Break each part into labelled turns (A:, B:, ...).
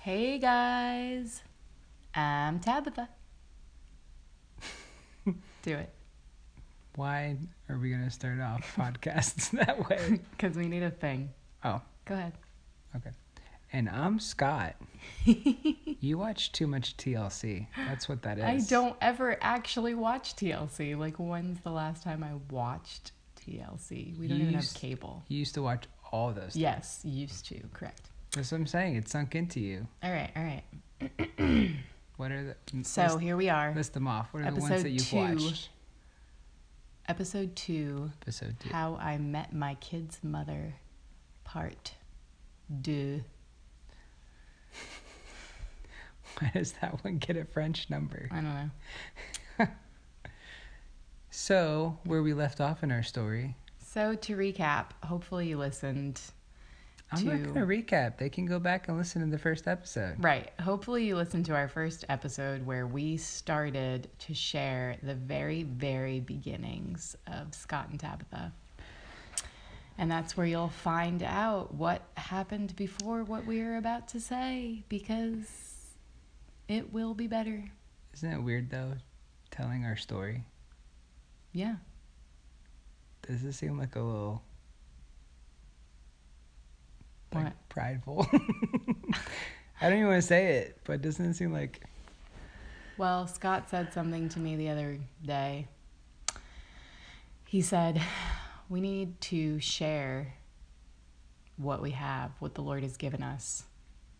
A: Hey guys, I'm Tabitha. Do it.
B: Why are we going to start off podcasts that way?
A: Because we need a thing.
B: Oh,
A: Go ahead.
B: okay. And I'm Scott. you watch too much TLC. That's what that
A: I
B: is.
A: don't ever actually watch TLC. Like, when's the last time I watched TLC? We don't
B: You
A: even have
B: used-
A: cable.
B: You used to watch all of those.
A: Yes, used to. Correct.
B: That's what I'm saying. It sunk into you.
A: All right, all right.
B: What are the.
A: So
B: list,
A: here we are.
B: list them off. What are the
A: Episode
B: ones that you've
A: two.
B: watched?
A: Episode two
B: Episode two.
A: How I Met My Kid's Mother, Part Deux.
B: Why does that one get a French number?
A: I don't know.
B: So, where we left off in our story,
A: So, to recap, hopefully you listened.
B: I'm not
A: Two.
B: going to recap. They can go back and listen to the first episode.
A: Right. Hopefully, you listened to our first episode where we started to share the very, very beginnings of Scott and Tabitha. And that's where you'll find out what happened before what we are about to say because it will be better.
B: Isn't it weird, though, telling our story?
A: Yeah.
B: Does this seem like a little like
A: What?
B: prideful? I don't even want to say it, but doesn't it seem like
A: Well, Scott said something to me the other day. He said, We need to share what we have, what the Lord has given us,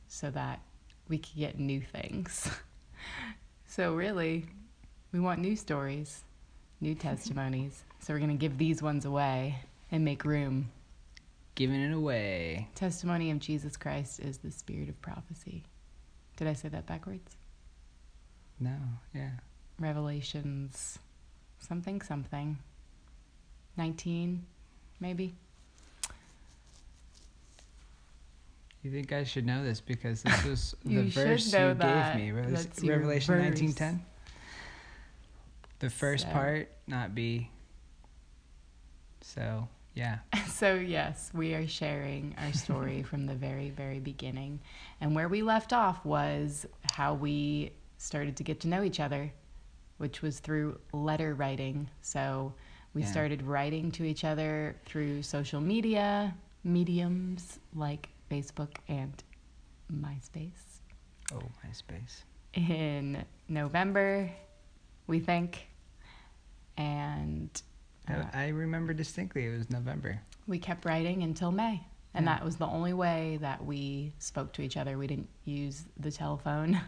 A: so that we can get new things. so, really, we want new stories, new testimonies. so, we're going to give these ones away and make room.
B: giving it away?
A: Testimony of Jesus Christ is the spirit of prophecy. Did I say that backwards?
B: No, yeah.
A: Revelations something something 19 maybe
B: You think I should know this because this was the
A: You should
B: verse
A: know
B: you
A: that.
B: gave me. Revel-
A: That's your
B: Revelation
A: verse.
B: nineteen ten. The first
A: So-
B: part, not B. So yeah.
A: so yes we are sharing our story from the very very beginning and where we left off was how we started to get to know each other which was through letter writing so we
B: Yeah.
A: started writing to each other through social media mediums like facebook and myspace
B: Oh, MySpace.
A: in November, we think. And uh,
B: I I remember distinctly it was November.
A: we kept writing until May. And
B: Yeah.
A: that was the only way that we spoke to each other. We didn't use the telephone.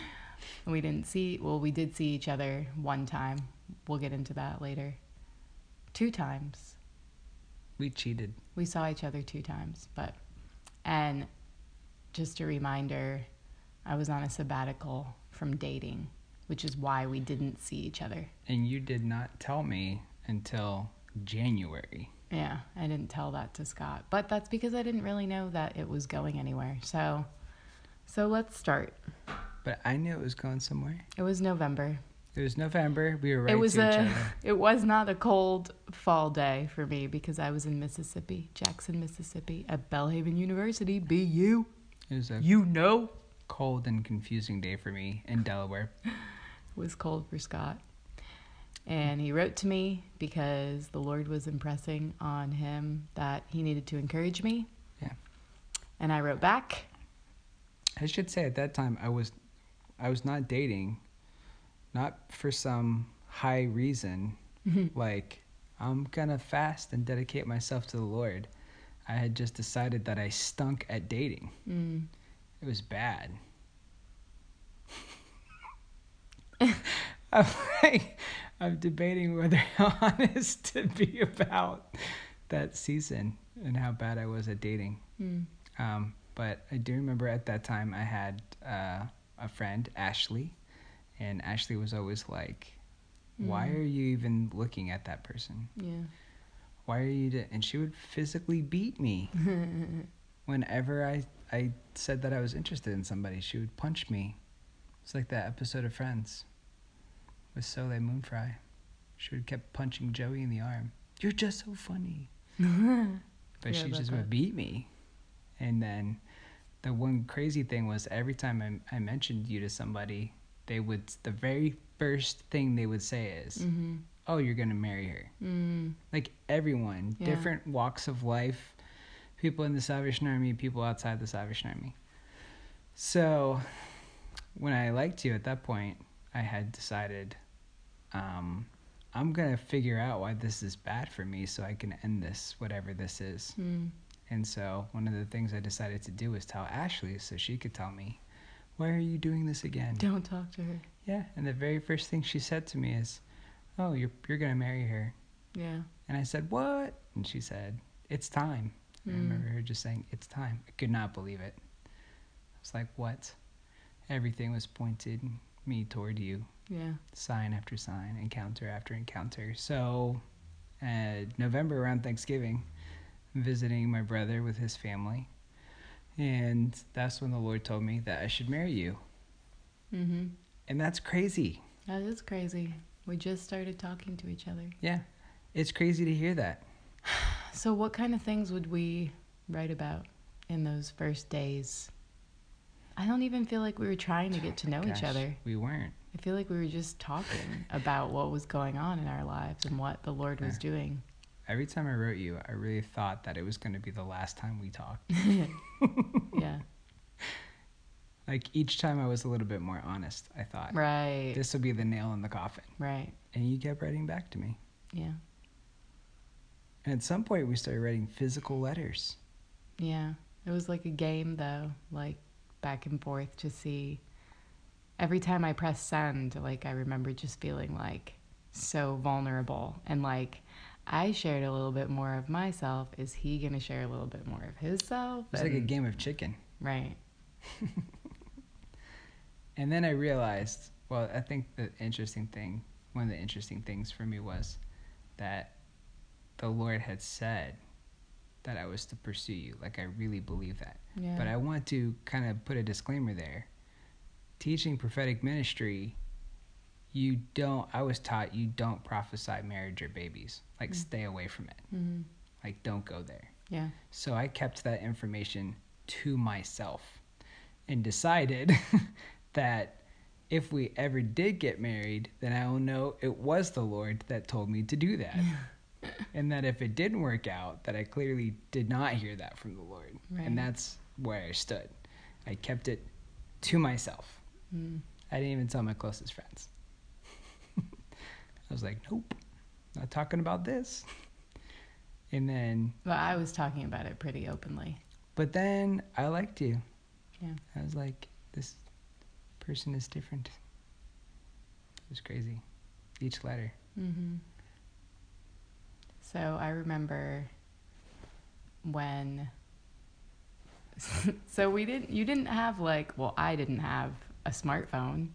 A: we didn't see, well, we did see each other one time. We'll get into that later. Two times.
B: We cheated.
A: We saw each other two times, but and just a reminder, I was on a sabbatical from dating, which is why we didn't see each other.
B: And you did not tell me until January.
A: Yeah, I didn't tell that to Scott, but that's because I didn't really know that it was going anywhere. So, so let's start.
B: But I knew it was going somewhere.
A: It was November.
B: It was November. We were right
A: it was
B: to each
A: a.
B: other.
A: It was not a cold fall day for me because I was in Mississippi, Jackson, Mississippi, at Bellhaven University, BU.
B: It was a
A: You know,
B: cold and confusing day for me in Delaware.
A: it was cold for Scott, and he wrote to me because the Lord was impressing on him that he needed to encourage me.
B: Yeah.
A: And I wrote back.
B: I should say at that time I was I was not dating, not for some high reason, like I'm gonna fast and dedicate myself to the Lord. I had just decided that I stunk at dating.
A: Mm.
B: It was bad. I'm like, I'm debating whether how honest to be about that season and how bad I was at dating.
A: Mm.
B: Um, but I do remember at that time I had uh, a friend, Ashley, and Ashley was always like, "Why
A: Mm.
B: are you even looking at that person?
A: Yeah.
B: Why are you?" d-" And she would physically beat me
A: Mm-hmm.
B: whenever I I said that I was interested in somebody. She would punch me. It's like that episode of Friends with Soleil Moonfry. She would kept punching Joey in the arm. You're just so funny. But
A: Yeah,
B: she
A: about
B: just
A: that.
B: would beat me. And then the one crazy thing was every time I, I mentioned you to somebody, they would the very first thing they would say is,
A: Mm-hmm.
B: "Oh, you're gonna marry her."
A: Mm.
B: Like everyone,
A: Yeah.
B: different walks of life, people in the Salvation Army, people outside the Salvation Army. So, when I liked you at that point, I had decided, um, I'm gonna figure out why this is bad for me, so I can end this, whatever this is.
A: Mm.
B: And so one of the things I decided to do was tell Ashley so she could tell me, Why are you doing this again?
A: Don't talk to her.
B: Yeah. And the very first thing she said to me is, Oh, you're, you're going to marry her.
A: Yeah.
B: And I said, What? And she said, It's time.
A: Hmm.
B: I remember her just saying, It's time. I could not believe it. I was like, What? Everything was pointed me toward you,
A: Yeah.
B: sign after sign, encounter after encounter. So, uh, November around Thanksgiving, visiting my brother with his family. And that's when the Lord told me that I should marry you.
A: Mm-hmm.
B: And that's crazy.
A: That is crazy. We just started talking to each other.
B: Yeah. It's crazy to hear that.
A: So, what kind of things would we write about in those first days? I don't even feel like we were trying to get to know
B: Gosh,
A: each other.
B: We weren't.
A: I feel like we were just talking about what was going on in our lives and what the Lord was
B: Yeah.
A: doing.
B: Every time I wrote you, I really thought that it was going to be the last time we talked.
A: Yeah.
B: like each time I was a little bit more honest, I thought.
A: Right.
B: This will be the nail in the coffin.
A: Right.
B: And you kept writing back to me.
A: Yeah.
B: And at some point, we started writing physical letters.
A: Yeah. It was like a game, though, like back and forth to see. Every time I press send, like I remember just feeling like so vulnerable and like I shared a little bit more of myself. Is he going to share a little bit more of his self?
B: It was like a
A: And-
B: game of chicken.
A: Right.
B: And then I realized, well, I think the interesting thing, one of the interesting things for me was that the Lord had said that I was to pursue you. Like, I really believe that.
A: Yeah.
B: But I want to kind of put a disclaimer there. Teaching prophetic ministry, you don't, I was taught you don't prophesy marriage or babies. Like,
A: Mm.
B: stay away from it.
A: hmm
B: Like, don't go there.
A: Yeah.
B: So I kept that information to myself and decided that if we ever did get married, then I will know it was the Lord that told me to do that. and that if it didn't work out, that I clearly did not hear that from the Lord.
A: Right.
B: And that's where I stood. I kept it to myself.
A: Mm.
B: I didn't even tell my closest friends. I was like, nope, not talking about this. And then
A: Well, I was talking about it pretty openly.
B: But then I liked you.
A: Yeah.
B: I was like, this person is different. It was crazy. Each letter.
A: hmm So I remember when. so we didn't. You didn't have like. Well, I didn't have a smartphone.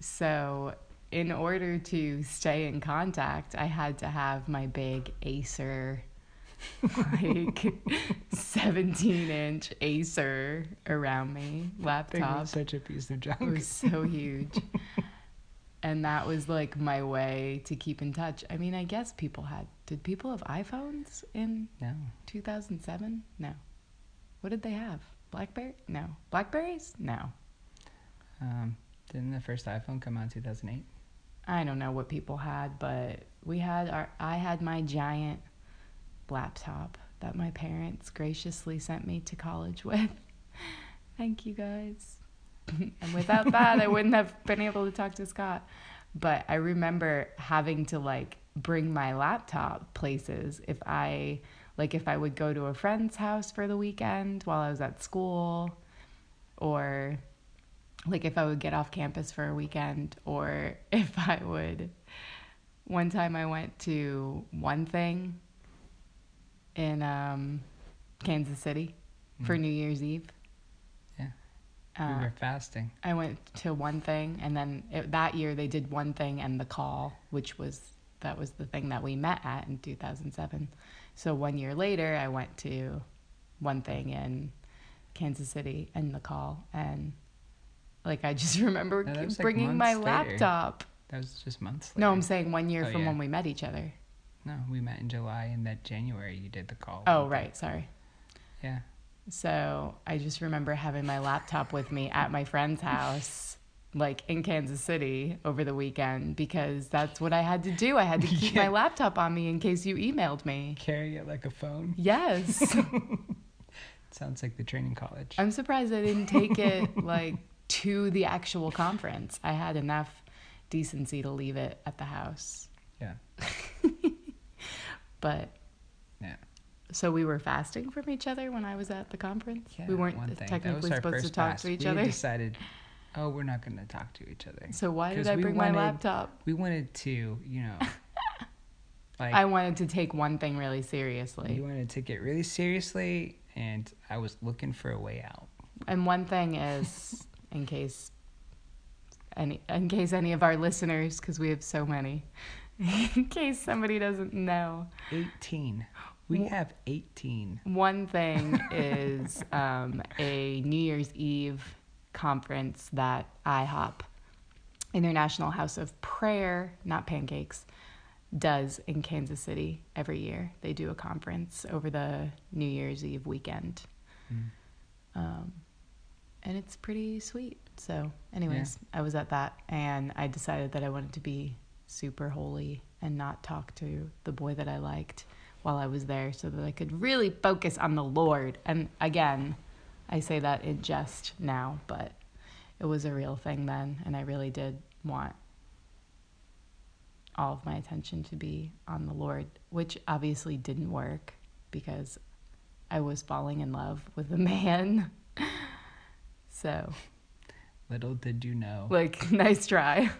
A: So in order to stay in contact, I had to have my big Acer. like 17 inch Acer around me
B: Thing
A: laptop.
B: was such a piece of
A: It
B: junk.
A: was so huge. and that was like my way to keep in touch. I mean, I guess people had. Did people have iPhones in
B: No.
A: 2007? No. What did they have? Blackberry? No. Blackberries? No.
B: Um, didn't the first iPhone come out in 2008?
A: I don't know what people had, but we had our. I had my giant laptop that my parents graciously sent me to college with. Thank you guys. and without that, I wouldn't have been able to talk to Scott. But I remember having to like bring my laptop places if I like if I would go to a friend's house for the weekend while I was at school or like if I would get off campus for a weekend or if I would one time I went to one thing in um, Kansas City for
B: Mm.
A: New Year's Eve.
B: Yeah.
A: Uh,
B: we were fasting.
A: I went to one thing, and then it, that year they did one thing and the call, which was that was the thing that we met at in 2007. So one year later, I went to one thing in Kansas City and the call, and like I just remember
B: No, that was, like,
A: bringing my
B: months later.
A: laptop.
B: That was just months later.
A: No, I'm saying one year
B: Oh,
A: from
B: yeah.
A: when we met each other.
B: No, we met in July, and that January you did the call.
A: Oh, right, Oh, sorry.
B: Yeah.
A: So I just remember having my laptop with me at my friend's house, like in Kansas City over the weekend, because that's what I had to do. I had to keep my
B: Yeah.
A: laptop on me in case you emailed me.
B: Carry it like a phone.
A: Yes.
B: Sounds like the training college.
A: I'm surprised I didn't take it like to the actual conference. I had enough decency to leave it at the house.
B: Yeah.
A: But
B: Yeah.
A: so we were fasting from each other when I was at the conference. we weren't
B: one thing. That was
A: technically
B: our
A: supposed to
B: first
A: talk
B: pass.
A: to each
B: we
A: other.
B: decided, oh, we're not going to talk to each other.
A: So why did
B: 'Cause
A: I
B: we
A: bring
B: wanted-
A: my laptop?
B: We wanted to, you know, like
A: I wanted to take one thing really seriously.
B: you wanted to take it really seriously, and I was looking for a way out.
A: And one thing is, in case any, in case any of our listeners, because we have so many, in case somebody doesn't know,
B: 18. We
A: Wha-
B: have 18.
A: one thing is um, a New Year's Eve conference that IHOP, International House of Prayer, not pancakes, does in Kansas City every year. They do a conference over the New Year's Eve weekend. Um, and it's pretty sweet. So, anyways, I was at that and I decided that I wanted to be super holy and not talk to the boy that I liked while I was there so that I could really focus on the Lord. And again, I say that in jest now, but it was a real thing then. And I really did want all of my attention to be on the Lord, which obviously didn't work because I was falling in love with a man. So,
B: Little did you know.
A: like, nice try.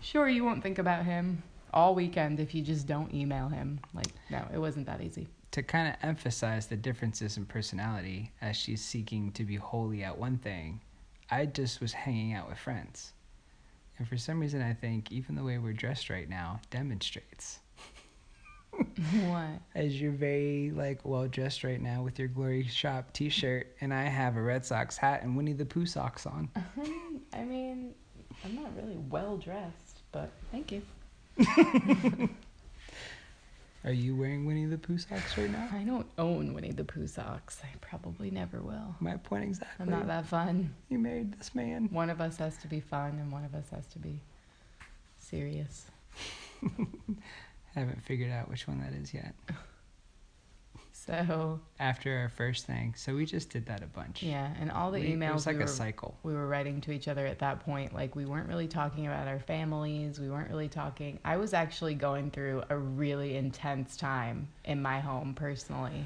A: Sure, you won't think about him all weekend if you just don't email him. Like, no, it wasn't that easy.
B: to kind of emphasize the differences in personality as she's seeking to be holy at one thing, I just was hanging out with friends. And for some reason, I think even the way we're dressed right now demonstrates.
A: What?
B: As you're very like well dressed right now with your glory shop T-shirt, and I have a Red Sox hat and Winnie the Pooh socks on.
A: I mean, I'm not really well dressed, but thank you.
B: Are you wearing Winnie the Pooh socks right now?
A: I don't own Winnie the Pooh socks. I probably never will.
B: My point exactly.
A: I'm not that fun.
B: You married this man.
A: One of us has to be fun and one of us has to be serious.
B: Haven't figured out which one that is yet.
A: So,
B: After our first thing, so we just did that a bunch.
A: yeah, and all the
B: We-
A: emails
B: It was like
A: we
B: a
A: were
B: cycle.
A: we were writing to each other at that point like we weren't really talking about our families we weren't really talking i was actually going through a really intense time in my home personally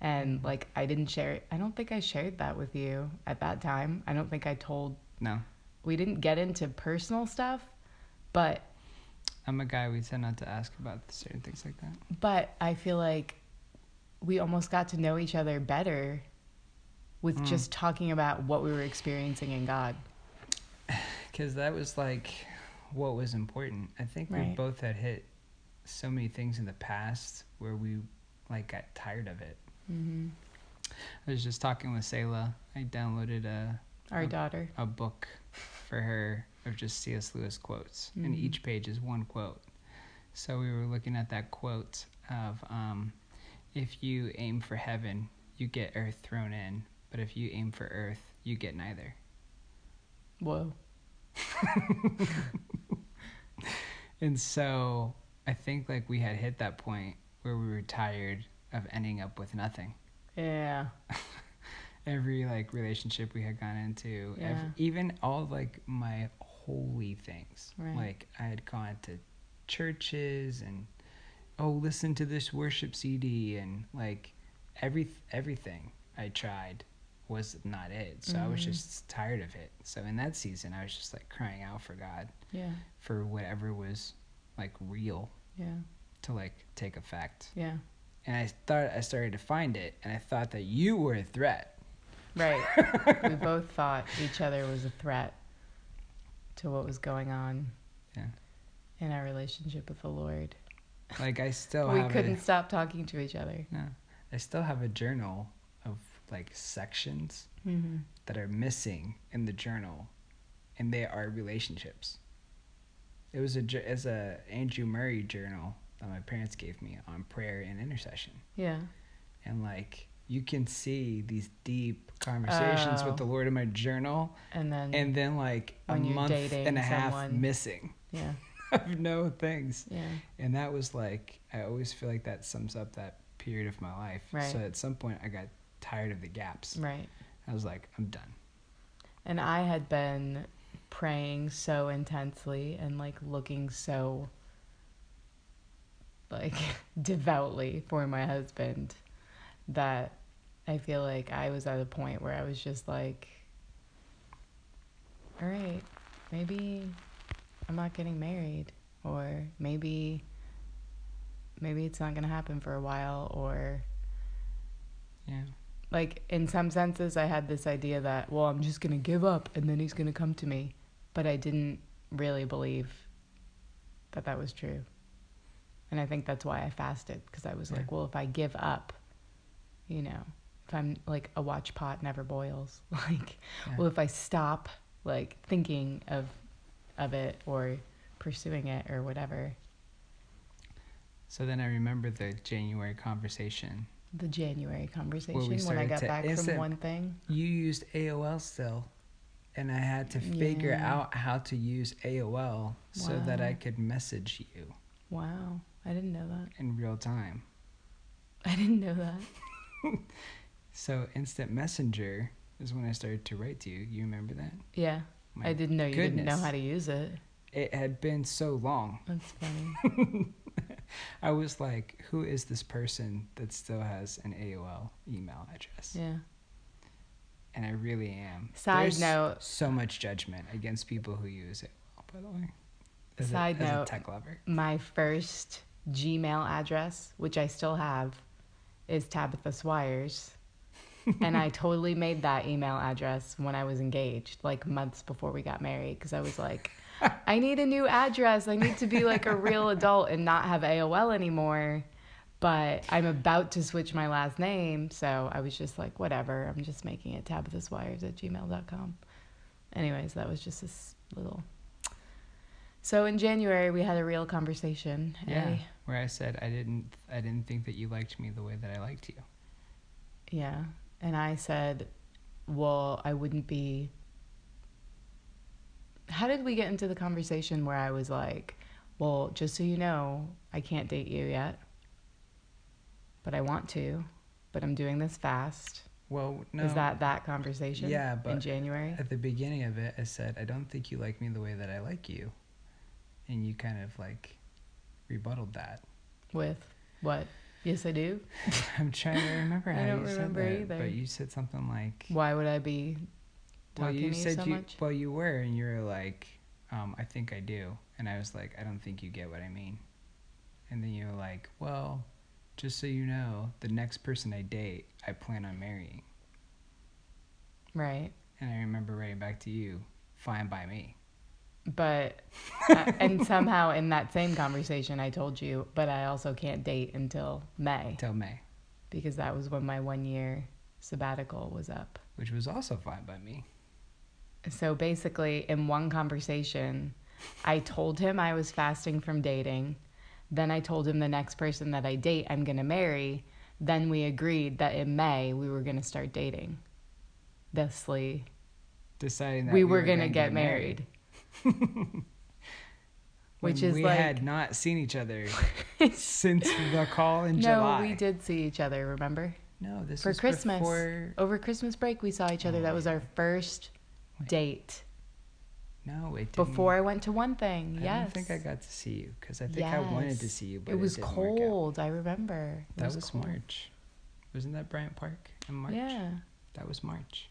A: and like i didn't share i don't think i shared that with you at that time i don't think i told
B: No,
A: we didn't get into personal stuff but
B: I'm a guy we tend not to ask about certain things like that.
A: but i feel like we almost got to know each other better with
B: Mm.
A: just talking about what we were experiencing in god
B: Because that was like what was important. I think we
A: Right.
B: both had hit so many things in the past where we like got tired of it.
A: mm-hmm.
B: I was just talking with Selah. I downloaded a,
A: our
B: Um,
A: daughter
B: a book for her of just C.S. Lewis quotes, and
A: Mhm.
B: each page is one quote. So we were looking at that quote of um, if you aim for heaven, you get earth thrown in, but if you aim for earth, you get neither.
A: whoa
B: And so I think like we had hit that point where we were tired of ending up with nothing.
A: yeah
B: Every like relationship we had gone into, ev-
A: Yeah.
B: even all like my holy things.
A: Right.
B: Like I had gone to churches and oh, listen to this worship CD and like every everything I tried was not it. So I was
A: Mhm.
B: just tired of it. So in that season, I was just like crying out for God
A: yeah
B: for whatever was like real
A: Yeah,
B: to like take effect.
A: yeah,
B: And I thought I started to find it, and I thought that you were a threat.
A: right. we both thought each other was a threat to what was going on
B: Yeah.
A: in our relationship with the Lord.
B: Like I still
A: we
B: have
A: couldn't
B: a,
A: stop talking to each other.
B: no, I still have a journal of like sections
A: Mm-hmm.
B: that are missing in the journal, and they are relationships. It was a jour- it's a Andrew Murray journal that my parents gave me on prayer and intercession,
A: Yeah,
B: and like you can see these deep conversations
A: Oh.
B: with the Lord in my journal,
A: And then,
B: and then like a
A: When you're
B: month
A: dating
B: and a half
A: someone.
B: missing
A: yeah,
B: of no things.
A: yeah,
B: And that was like I always feel like that sums up that period of my life.
A: Right.
B: So at some point I got tired of the gaps.
A: right.
B: I was like, I'm done.
A: And I had been praying so intensely and like looking so like devoutly for my husband that I feel like I was at a point where I was just like all right, maybe I'm not getting married or maybe maybe it's not going to happen for a while or
B: Yeah.
A: like in some senses i had this idea that well i'm just going to give up and then he's going to come to me but i didn't really believe that that was true and i think that's why i fasted because i was
B: Yeah.
A: like well if i give up you know if i'm like a watch pot never boils like
B: Yeah.
A: well if i stop like thinking of of it or pursuing it or whatever
B: So then I remember the January conversation.
A: the january conversation when i
B: started
A: got
B: to-
A: back
B: Listen,
A: from one thing
B: You used AOL still, and I had to figure
A: Yeah.
B: out how to use AOL so that
A: Wow.
B: I could message you
A: wow i didn't know that
B: in real time.
A: i didn't know that
B: So instant messenger is when I started to write to you. You remember that?
A: Yeah,
B: My
A: I didn't know you didn't know
B: goodness.
A: how to use it.
B: It had been so long.
A: That's funny.
B: I was like, who is this person that still has an AOL email address?
A: yeah.
B: And I really am.
A: Side
B: There's
A: note-
B: So much judgment against people who use AOL, by the way. As
A: Side
B: a, as
A: note.
B: a tech lover.
A: My first Gmail address, which I still have, is Tabitha Swires. and I totally made that email address when I was engaged, like months before we got married, because I was like, I need a new address. I need to be like a real adult and not have AOL anymore. But I'm about to switch my last name. So I was just like, whatever. I'm just making it Tabitha Swires at gmail.com. Anyways, that was just this little. So in January, we had a real conversation. eh?
B: Yeah. Where I said I didn't I didn't think that you liked me the way that I liked you.
A: Yeah. And I said, well, I wouldn't be. How did we get into the conversation where I was like, well, just so you know, I can't date you yet, but I want to, but I'm doing this fast.
B: Well, no.
A: Is that that conversation?
B: Yeah,
A: in
B: but-
A: January.
B: At the beginning of it, I said, I don't think you like me the way that I like you. And you kind of like rebutted that.
A: With what? Yes, I do.
B: I'm trying to remember
A: I
B: how
A: don't
B: you
A: remember
B: said that,
A: either.
B: but you said something like,
A: Why would I be
B: "Well,
A: talking
B: you
A: to you
B: said
A: so
B: you,
A: much?
B: well, you were," and you were like, um, "I think I do," and I was like, "I don't think you get what I mean," and then you were like, "Well, just so you know, the next person I date, I plan on marrying,"
A: Right.
B: and I remember writing back to you, "Fine by me."
A: but uh, and somehow in that same conversation I told you, but I also can't date until May
B: Till May,
A: because that was when my one year sabbatical was up.
B: which was also fine by me.
A: So basically, in one conversation, I told him I was fasting from dating. Then I told him the next person that I date, I'm going to marry. Then we agreed that in May we were going to start dating. Thusly,
B: Deciding that
A: we were going to
B: gonna
A: get married. Which
B: when
A: is
B: we
A: like
B: had not seen each other since the call in July.
A: No, we did see each other, remember?
B: No, this
A: For
B: was
A: Christmas.
B: before-
A: Over Christmas break, we saw each other.
B: Oh,
A: that was
B: yeah.
A: our first
B: Wait.
A: date
B: No, it didn't.
A: before I went to one thing.
B: I
A: yes.
B: don't think I got to see you because I think I wanted to
A: Yes.
B: see you, but
A: it was
B: didn't work out.
A: cold. I remember. It
B: That was,
A: cold.
B: March. Wasn't that Bryant Park in March?
A: Yeah.
B: That was March.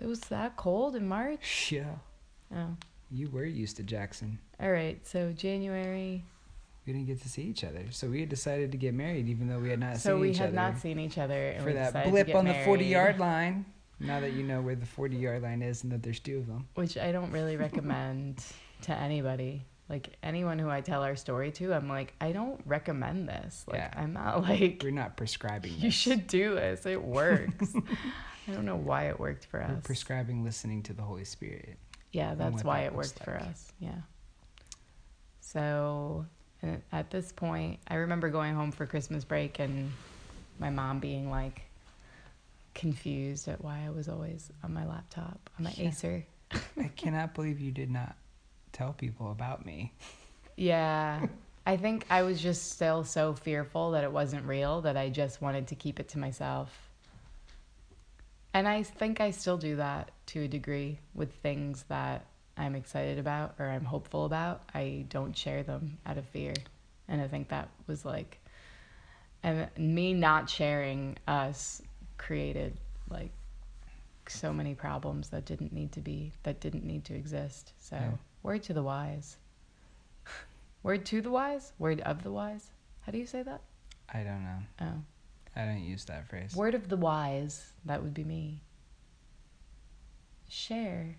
A: It was that cold in March.
B: Yeah.
A: Oh.
B: You were used to Jackson.
A: All right. So January.
B: We didn't get to see each other, so we had decided to get married, even though we had not
A: so
B: seen
A: we
B: each
A: had
B: other.
A: not seen each other. And
B: for
A: we
B: that
A: decided to
B: blip
A: get
B: on the forty
A: married,
B: yard line. Now that you know where the forty yard line is and that there's two of them.
A: Which I don't really recommend to anybody. Like anyone who I tell our story to, I'm like, I don't recommend this. Like,
B: Yeah.
A: I'm not like.
B: We're not prescribing
A: You
B: this.
A: should do this. It works. I don't know why it worked for
B: We're
A: us.
B: prescribing listening to the Holy Spirit.
A: yeah,
B: and
A: that's
B: what
A: why
B: that
A: it
B: looks
A: worked for
B: like.
A: us. Yeah. So and at this point, I remember going home for Christmas break and my mom being like, confused at why I was always on my laptop, on my
B: Yeah.
A: Acer.
B: I cannot believe you did not tell people about me.
A: Yeah. I think I was just still so fearful that it wasn't real that I just wanted to keep it to myself. And I think I still do that to a degree with things that I'm excited about or I'm hopeful about. I don't share them out of fear. And I think that was like, and me not sharing us created like so many problems that didn't need to be, that didn't need to exist. So,
B: Yeah.
A: word to the wise. Word to the wise? Word of the wise? How do you say that?
B: I don't know.
A: Oh.
B: I don't use that phrase.
A: Word of the wise. That would be me. Share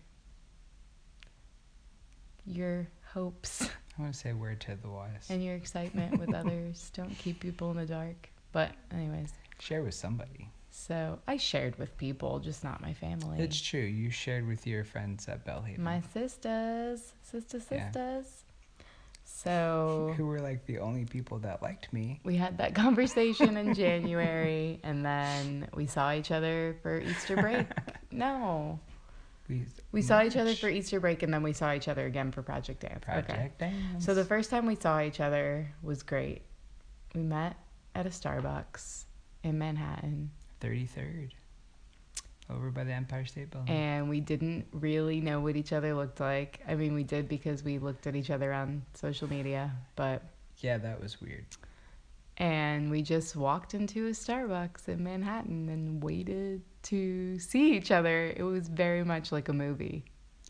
A: your hopes
B: I want to say word to the wise.
A: and your excitement with others. Don't keep people in the dark. But, anyways,
B: Share with somebody.
A: so I shared with people, just not my family.
B: It's true. You shared with your friends at Bellhaven.
A: my sisters, sister,
B: Yeah.
A: sisters. So
B: Who were like the only people that liked me.
A: we had that conversation in January, and then we saw each other for Easter break. No.
B: We,
A: We saw each other
B: March.
A: for Easter break and then we saw each other again for Project Dance. Okay.
B: Project Dance.
A: So the first time we saw each other was great. We met at a Starbucks in Manhattan
B: 33rd. Over by the Empire State Building.
A: and we didn't really know what each other looked like. I mean, we did because we looked at each other on social media, but
B: yeah, that was weird.
A: and we just walked into a Starbucks in Manhattan and waited to see each other. It was very much like a movie,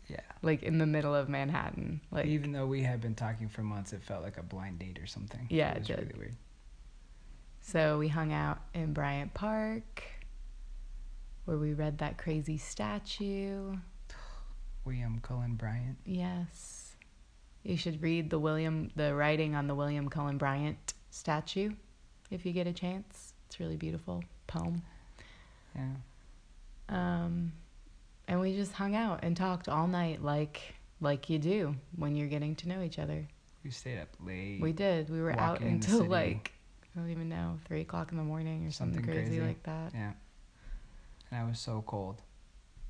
B: Yeah.
A: like in the middle of Manhattan. Like
B: Even though we had been talking for months, it felt like a blind date or something.
A: Yeah,
B: It
A: it
B: was
A: did.
B: really weird.
A: So we hung out in Bryant Park where we read that crazy statue.
B: William Cullen Bryant.
A: Yes. You should read the William the writing on the William Cullen Bryant statue if you get a chance. It's really beautiful poem.
B: Yeah.
A: Um and we just hung out and talked all night like like you do when you're getting to know each other.
B: We stayed up late.
A: We did. We were out
B: Mm. Walking in the
A: until
B: city.
A: like I don't even know, three o'clock in the morning or something,
B: Something
A: crazy
B: crazy.
A: like that.
B: Yeah. And I was so cold.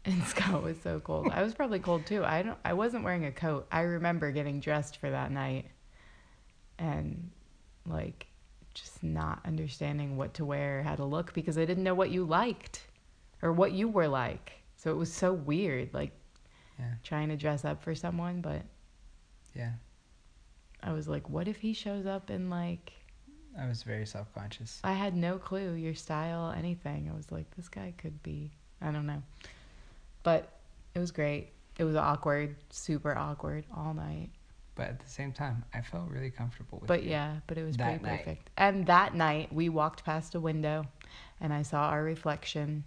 A: And Scott was so cold. I was probably cold too. I don't I wasn't wearing a coat. I remember getting dressed for that night and like just not understanding what to wear, how to look because I didn't know what you liked or what you were like. So it was so weird like
B: Yeah.
A: trying to dress up for someone, but
B: Yeah.
A: I was like what if he shows up in like
B: I was very self conscious.
A: I had no clue your style, anything. I was like, this guy could be, I don't know. But it was great. It was awkward, super awkward all night.
B: But at the same time, I felt really comfortable with
A: But
B: you.
A: yeah, but it was
B: That
A: pretty
B: night.
A: perfect. And that night, we walked past a window and I saw our reflection.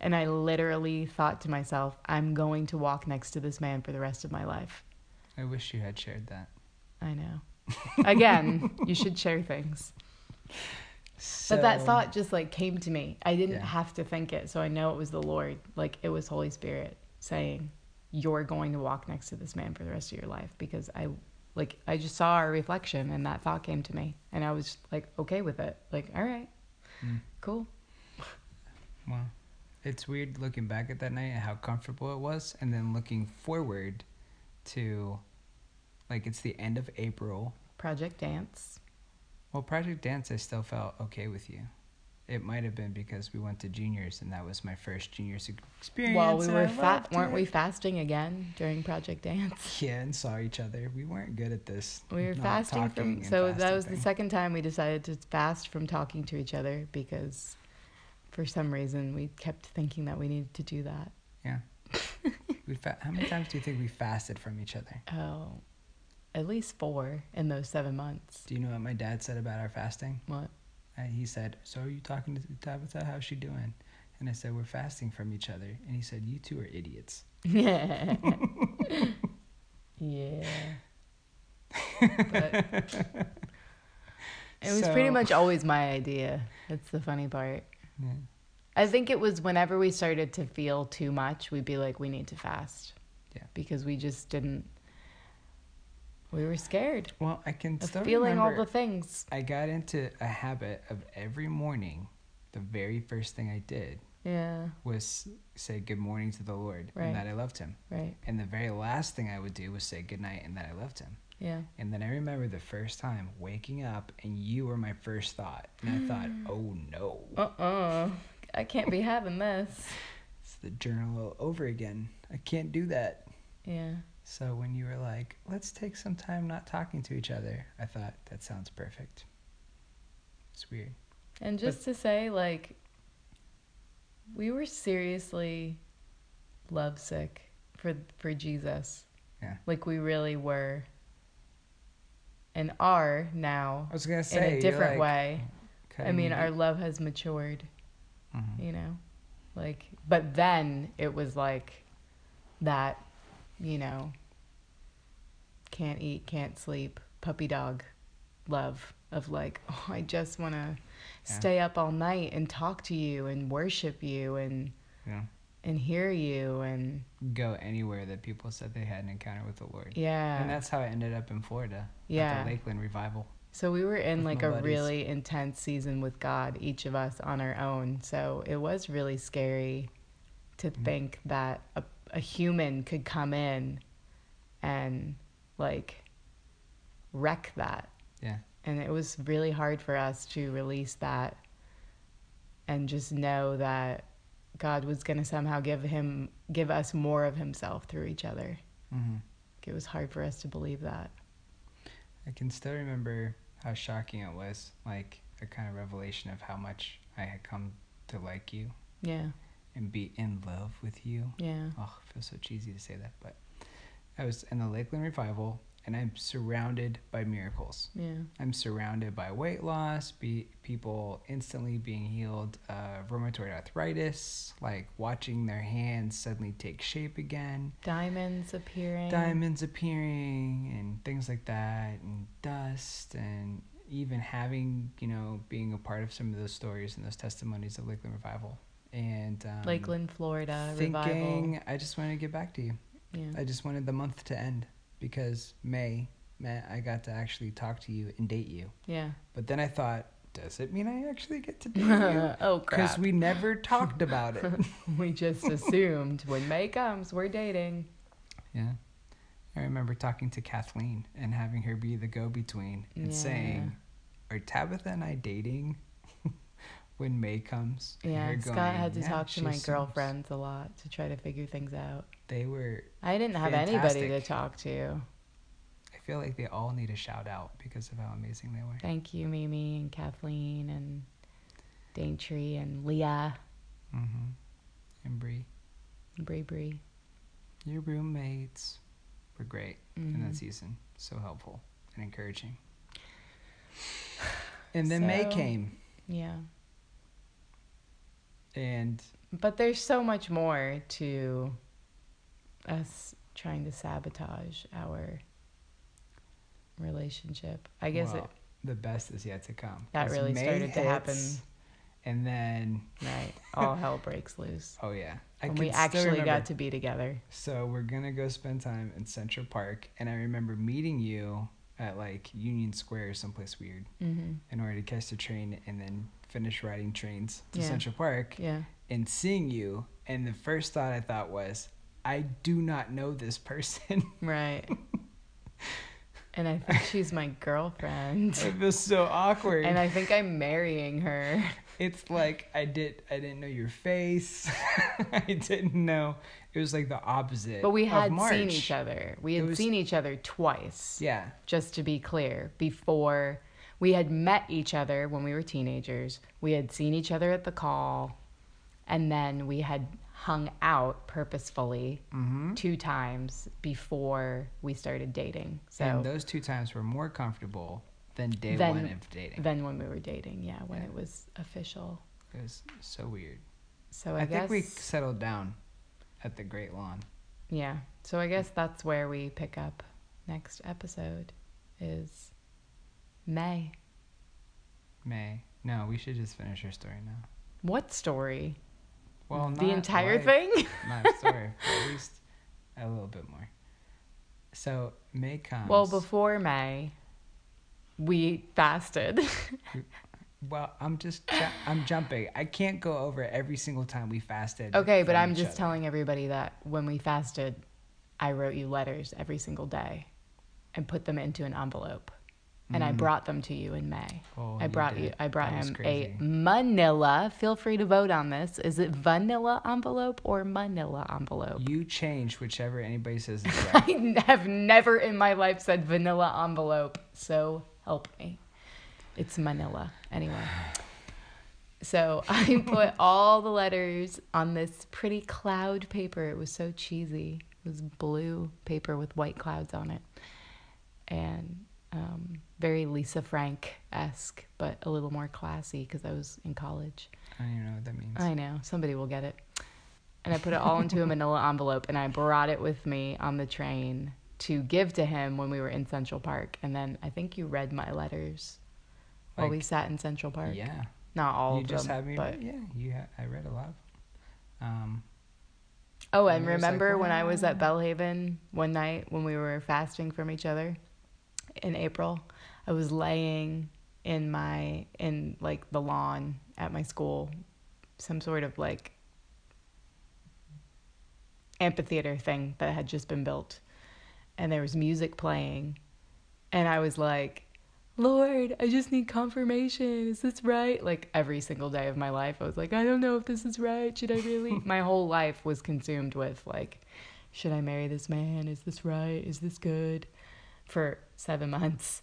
A: And I literally thought to myself, I'm going to walk next to this man for the rest of my life.
B: I wish you had shared that.
A: I know. Again, you should share things. But that
B: So-
A: thought just like came to me. I didn't
B: Yeah.
A: have to think it. So I know it was the Lord. Like it was Holy Spirit saying, You're going to walk next to this man for the rest of your life because I like I just saw our reflection and that thought came to me. And I was like okay with it. Like, all right,
B: Mm.
A: cool.
B: Well, it's weird looking back at that night and how comfortable it was, and then looking forward to like it's the end of April.
A: Project dance.
B: Well, Project Dance, I still felt okay with you. It might have been because we went to juniors, and that was my first juniors ex- experience.
A: While we
B: and
A: were
B: I
A: fat
B: loved
A: weren't we
B: it.
A: fasting again during Project Dance?
B: Yeah, and saw each other. We weren't good at this.
A: We were
B: not
A: fasting
B: talking
A: from
B: and
A: so that
B: fasting
A: was
B: thing.
A: the second time we decided to fast from talking to each other because for some reason we kept thinking that we needed to do that.
B: We fa- how many times do you think we fasted from each other?
A: Oh, at least four in those seven months.
B: Do you know what my dad said about our fasting?
A: What?
B: And he said, So are you talking to Tabitha? How's she doing? And I said, We're fasting from each other. And he said, You two are idiots.
A: yeah. But it was pretty
B: So-
A: much always my idea. That's the funny part.
B: Yeah.
A: I think it was whenever we started to feel too much, we'd be like, we need to fast.
B: Yeah.
A: Because we just didn't. We were scared
B: Well, I can
A: of
B: still
A: feeling all
B: remember
A: the things.
B: I got into a habit of every morning, the very first thing I did
A: Yeah.
B: was say good morning to the Lord
A: Right.
B: and that I loved him.
A: Right.
B: And the very last thing I would do was say good night and that I loved him.
A: Yeah.
B: And then I remember the first time waking up and you were my first thought. And I thought,
A: Mm.
B: oh no,
A: Uh-uh. I can't be having this.
B: it's the journal all over again. I can't do that.
A: Yeah.
B: So when you were like, let's take some time not talking to each other, I thought, that sounds perfect. It's weird.
A: And just to say, like, we were seriously lovesick for for Jesus.
B: Yeah.
A: Like we really were. And are now
B: I was going to
A: in
B: say,
A: a
B: you're
A: different
B: like
A: way. I
B: cutting
A: mean,
B: me
A: our
B: deep.
A: love has matured.
B: Mhm.
A: you know like but then it was like that you know can't eat can't sleep puppy dog love of like oh i just want to stay up all night and talk to you and worship you and
B: Yeah.
A: and hear you and
B: go anywhere that people said they had an encounter with the Lord.
A: yeah
B: And that's how I ended up in Florida.
A: Yeah.
B: At the Lakeland Revival.
A: so we were in
B: with
A: like
B: my
A: a
B: buddies.
A: really intense season with god each of us on our own so it was really scary to think that a, a human could come in and like wreck that.
B: Yeah.
A: And it was really hard for us to release that and just know that God was going to somehow give him give us more of himself through each other.
B: Mm-hmm.
A: It was hard for us to believe that.
B: I can still remember how shocking it was, like a kind of revelation of how much I had come to like you
A: Yeah.
B: and be in love with you.
A: Yeah.
B: Oh, it feels so cheesy to say that, but I was in the Lakeland Revival and I'm surrounded by miracles.
A: Yeah.
B: I'm surrounded by weight loss, be people instantly being healed of rheumatoid arthritis, like watching their hands suddenly take shape again,
A: Diamonds appearing.
B: diamonds appearing and things like that and dust and even having, you know, being a part of some of those stories and those testimonies of Lakeland Revival. And um,
A: Lakeland, Mm-hmm. Florida
B: thinking
A: revival.
B: I just wanted to get back to you.
A: Yeah.
B: I just wanted the month to end because May meant I got to actually talk to you and date you.
A: Yeah.
B: But then I thought, does it mean I actually get to date you?
A: oh
B: Because
A: crap.
B: we never talked about it.
A: we just assumed when May comes, we're dating.
B: yeah. I remember talking to Kathleen and having her be the go between and
A: Yeah.
B: saying, Are Tabitha and I dating when May comes? And
A: Yeah,
B: her
A: Scott
B: going,
A: had to
B: "Yeah,
A: talk
B: she
A: to my
B: assumes."
A: girlfriends a lot to try to figure things out.
B: They were,
A: I didn't have anybody to
B: Fantastic.
A: talk to.
B: I feel like they all need a shout out because of how amazing they were.
A: Thank you, Mimi and Kathleen and Daintree and Leah
B: Mm-hmm. And Brie,
A: and Bree Bree.
B: your roommates were great. in
A: Mhm.
B: that season. So helpful and encouraging. And then May
A: So-
B: came,
A: Yeah.
B: and
A: But there's so much more to us trying to sabotage our relationship. I guess
B: well, the best is yet to come.
A: That
B: 'Cause
A: really started to happen.
B: And then,
A: it right, all hell breaks loose.
B: oh yeah,
A: when we
B: can still
A: actually
B: remember.
A: got to be together.
B: So we're gonna go spend time in Central Park, and I remember meeting you at like Union Square or someplace weird
A: hmm
B: in order to catch the train and then finish riding trains to
A: Yeah.
B: Central Park.
A: Yeah.
B: and seeing you and the first thought i thought was i do not know this person
A: Right. and I think she's my girlfriend.
B: it was so awkward
A: and I think I'm marrying her.
B: it's like i did i didn't know your face i didn't know it was like the opposite
A: But we
B: of
A: had
B: March.
A: seen each other. We had
B: It was-
A: seen each other twice,
B: yeah
A: just to be clear, before we had met each other when we were teenagers. We had seen each other at the call, and then we had hung out purposefully
B: mm-hmm.
A: two times before we started dating. So
B: and those two times were more comfortable than day
A: Than-
B: one of dating
A: then when we were dating, yeah, when
B: Yeah.
A: it was official.
B: it was so weird
A: So I,
B: i,
A: guess
B: think we settled down at the great lawn
A: Yeah. So I
B: Mm.
A: guess that's where we pick up next episode is May.
B: may no we should just finish our story now
A: What story?
B: well
A: the
B: not
A: entire
B: life.
A: thing?
B: not a story, but at least a little bit more. So May comes.
A: Well, before May, we fasted.
B: Well, I'm just ju- I'm jumping. I can't go over every single time we fasted.
A: Okay, but
B: from
A: I'm
B: each
A: just
B: other.
A: telling everybody that when we fasted, I wrote you letters every single day and put them into an envelope. And I brought them to you in May.
B: Mm. Oh,
A: I
B: you
A: brought
B: did.
A: you I brought
B: That was
A: him
B: crazy.
A: a manila. Feel free to vote on this. Is it vanilla envelope or manila envelope?
B: You change whichever anybody says is right.
A: I have never in my life said vanilla envelope, so help me. It's manila. Anyway. So I put all the letters on this pretty cloud paper. It was so cheesy. It was blue paper with white clouds on it. And um, very Lisa Frank esque, but a little more classy because I was in college.
B: I don't even know what that means.
A: I know. Somebody will get it. And I put it all into a manila envelope and I brought it with me on the train to give to him when we were in Central Park. And then I think you read my letters while we
B: Like-
A: sat in Central Park.
B: Yeah.
A: Not all
B: you
A: of
B: just
A: them.
B: had me
A: but...
B: read. Yeah, you ha- I read a lot. Um,
A: Oh, and
B: And you're just like,
A: remember when I was at Bellhaven one night when we were fasting from each other in April? I was laying in my in like the lawn at my school, some sort of like amphitheater thing that had just been built. And there was music playing, and I was like, Lord, I just need confirmation. Is this right? Like every single day of my life, I was like, I don't know if this is right. Should I really? my whole life was consumed with, like, should I marry this man? Is this right? Is this good? For seven months.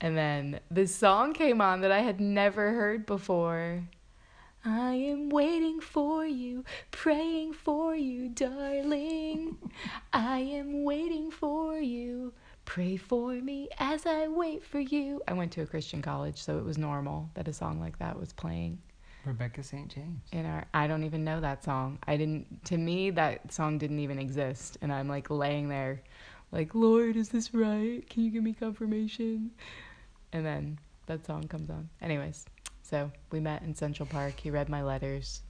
A: And then this song came on that I had never heard before. I am waiting for you, praying for you, darling. I am waiting for you. Pray for me as I wait for you. I went to a Christian college, so it was normal that a song like that was playing
B: Rebecca St. James.
A: in our I don't even know that song. I didn't to me that song didn't even exist and I'm like laying there like, "Lord, is this right? Can you give me confirmation?" And then that song comes on. Anyways, so we met in Central Park. He read my letters.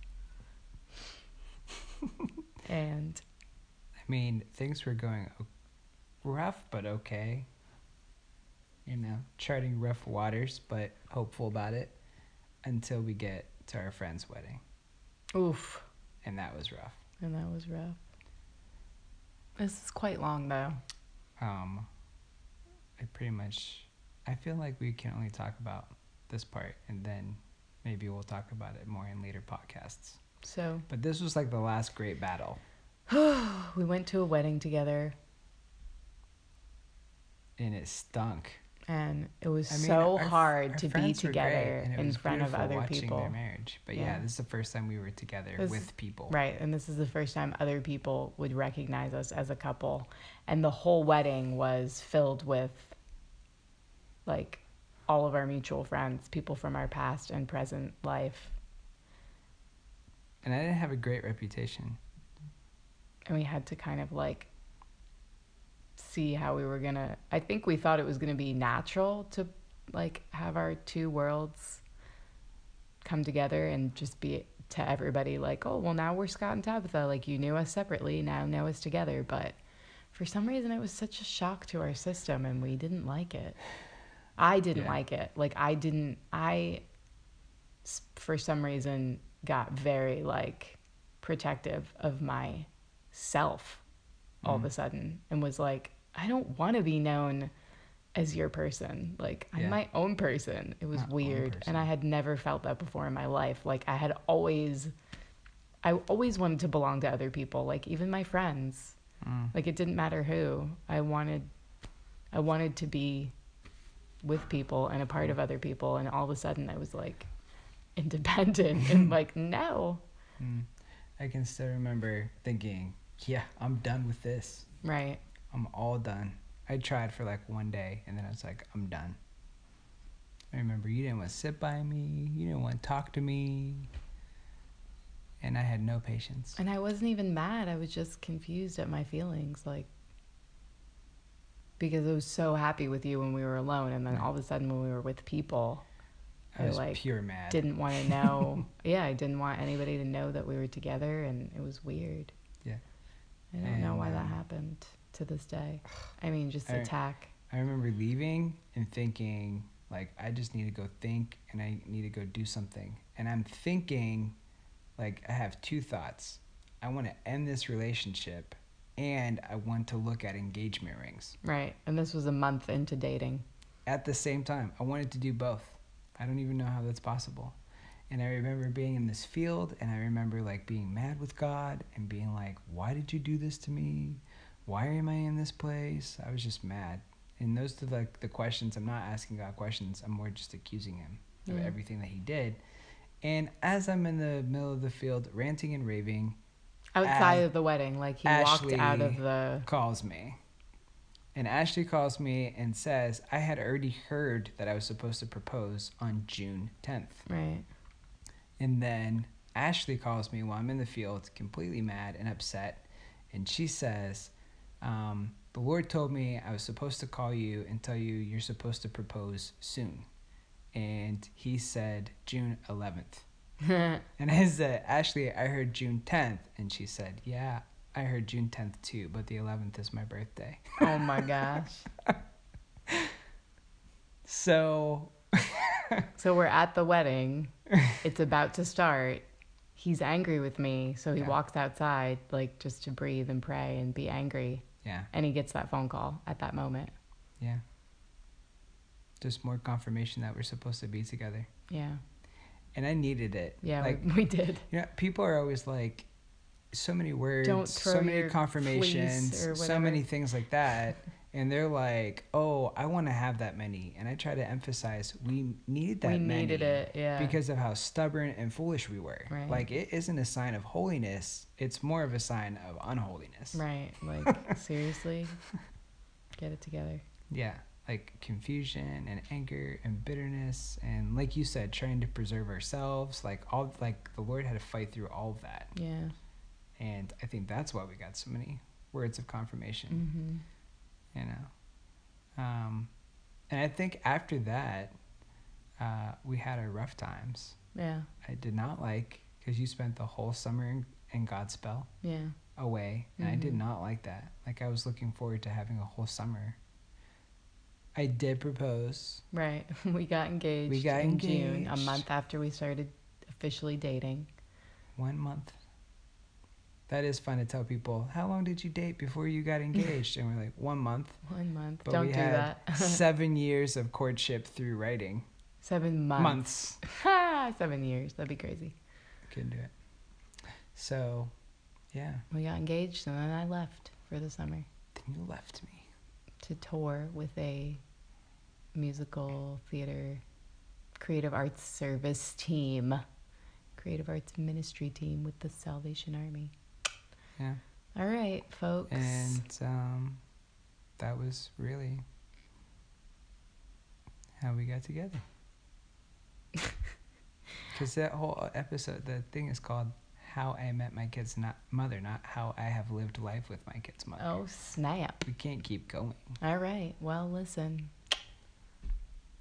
A: and
B: I mean, things were going o- rough, but okay. You know, charting rough waters, but hopeful about it until we get to our friend's wedding.
A: oof,
B: And that was rough.
A: and that was rough. This is quite long though.
B: Um, I pretty much, I feel like we can only talk about this part and then maybe we'll talk about it more in later podcasts.
A: So,
B: But this was like the last great battle
A: we went to a wedding together
B: and it stunk.
A: and it was
B: I mean,
A: so
B: our f-
A: hard
B: our
A: to be
B: friends were great,
A: together
B: and it
A: in
B: was
A: front of
B: beautiful
A: other
B: watching
A: people
B: Their marriage, but yeah.
A: Yeah.
B: this is the first time we were together
A: This is-
B: with people.
A: right and this is the first time other people would recognize us as a couple and the whole wedding was filled with like all of our mutual friends people from our past and present life
B: And I didn't have a great reputation.
A: and we had to kind of like see how we were gonna i think we thought it was gonna be natural to like have our two worlds come together and just be to everybody like oh well now we're scott and tabitha like you knew us separately now know us together but for some reason it was such a shock to our system and we didn't like it i didn't
B: Yeah.
A: like it like i didn't i s- for some reason got very like protective of my self all of
B: Mm-hmm.
A: a sudden and was like i don't want to be known as your person like i'm
B: Yeah.
A: my own person it was
B: My own
A: weird
B: person.
A: and i had never felt that before in my life like i had always i always wanted to belong to other people like even my friends
B: Mm.
A: like it didn't matter who i wanted i wanted to be with people and a part of other people and all of a sudden i was like independent and like no
B: Mm. I can still remember thinking, yeah, I'm done with this.
A: right
B: I'm all done. I tried for like one day and then I was like, I'm done. I remember you didn't want to sit by me, you didn't want to talk to me. And I had no patience.
A: and i wasn't even mad i was just confused at my feelings like because i was so happy with you when we were alone and then all of a sudden when we were with people
B: I
A: I,
B: was
A: like,
B: pure mad.
A: didn't want to know yeah i didn't want anybody to know that we were together and it was weird
B: Yeah.
A: i don't know
B: And,
A: why that
B: um,
A: happened to this day i mean just
B: I-
A: attack
B: I remember leaving and thinking, Like I just need to go think and I need to go do something. And I'm thinking like I have two thoughts. I want to end this relationship and I want to look at engagement rings.
A: Right. And this was a month into dating.
B: At the same time, I wanted to do both. I don't even know how that's possible. And I remember being in this field and I remember like being mad with God and being like, why did you do this to me? Why am I in this place? I was just mad. And those are like the questions. I'm not asking God questions. I'm more just accusing him of
A: Yeah.
B: everything that he did. And as I'm in the middle of the field ranting and raving,
A: Outside
B: Ash-
A: of the wedding, like he
B: Ashley-
A: walked out of the
B: calls me. And Ashley calls me and says, I had already heard that I was supposed to propose on June 10th.
A: right.
B: And then Ashley calls me while I'm in the field, completely mad and upset. And she says, um, The Lord told me I was supposed to call you and tell you you're supposed to propose soon. And he said, June 11th. And I said, Ashley, I heard June 10th. And she said, Yeah, I heard June 10th too, but the 11th is my birthday.
A: oh my gosh.
B: So,
A: So we're at the wedding. It's about to start. He's angry with me, so he
B: Yeah.
A: walks outside like just to breathe and pray and be angry.
B: yeah,
A: And he gets that phone call at that moment.
B: yeah. Just more confirmation that we're supposed to be together.
A: Yeah.
B: And I needed it.
A: Yeah,
B: Like,
A: we, we did.
B: you know, people are always like, so many words,
A: Don't
B: so
A: throw
B: many
A: your fleece or
B: confirmations, so many
A: whatever.
B: things like that. And they're like, oh, I want to have that many. And I try to emphasize we need that
A: we
B: many.
A: needed it. Yeah.
B: because of how stubborn and foolish we were.
A: Right.
B: Like it isn't a sign of holiness; it's more of a sign of unholiness.
A: right. Like seriously. Get it together.
B: Yeah, like confusion and anger and bitterness and, like you said, trying to preserve ourselves. Like all, like the Lord had to fight through all of that,
A: Yeah.
B: and I think that's why we got so many words of confirmation.
A: Mhm.
B: You know, um, and I think after that, uh, we had our rough times.
A: Yeah.
B: I did not like because you spent the whole summer in, in God's spell.
A: Yeah.
B: away and I did
A: Mhm.
B: not like that. Like I was looking forward to having a whole summer. I did propose.
A: Right. We got engaged
B: We got
A: in June, a
B: engaged.
A: month after we started officially dating.
B: One month. That is fun to tell people. How long did you date before you got engaged? and we're like, one month.
A: One month.
B: But
A: Don't
B: we
A: do
B: had
A: that.
B: seven years of courtship through writing.
A: Seven months.
B: Months.
A: Ha! Seven years. That'd be crazy.
B: Couldn't do it. So, yeah.
A: We got engaged and then I left for the summer
B: Then you left me.
A: to tour with a musical theater creative arts service team, creative arts ministry team with the Salvation Army.
B: Yeah.
A: All right, folks.
B: And um, that was really how we got together. Because that whole episode, the thing is called "How I Met My Kids Not Mother," not "How I Have Lived Life with My Kids Mother."
A: oh, snap.
B: We can't keep going.
A: All right. Well, listen.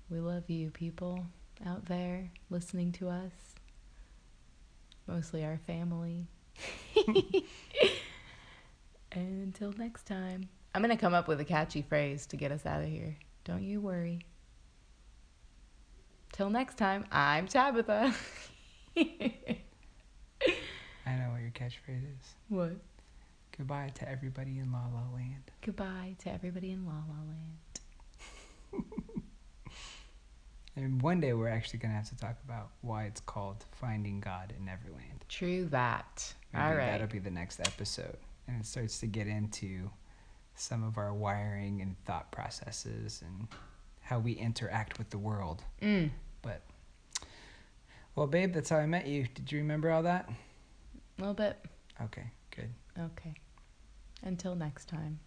A: We love you, people out there listening to us. Mostly our family. and until next time, I'm going to come up with a catchy phrase to get us out of here. Don't you worry. Till next time, I'm Tabitha.
B: I know what your catchphrase is.
A: what?
B: Goodbye to everybody in La La Land.
A: Goodbye to everybody in La La Land.
B: And one day we're actually gonna have to talk about why it's called "Finding God in Neverland."
A: True that.
B: Maybe
A: All right.
B: That'll be the next episode. And it starts to get into some of our wiring and thought processes and how we interact with the world.
A: Mm.
B: But, well, babe, that's how I met you. Did you remember all that?
A: A little bit.
B: Okay, good.
A: Okay. Until next time.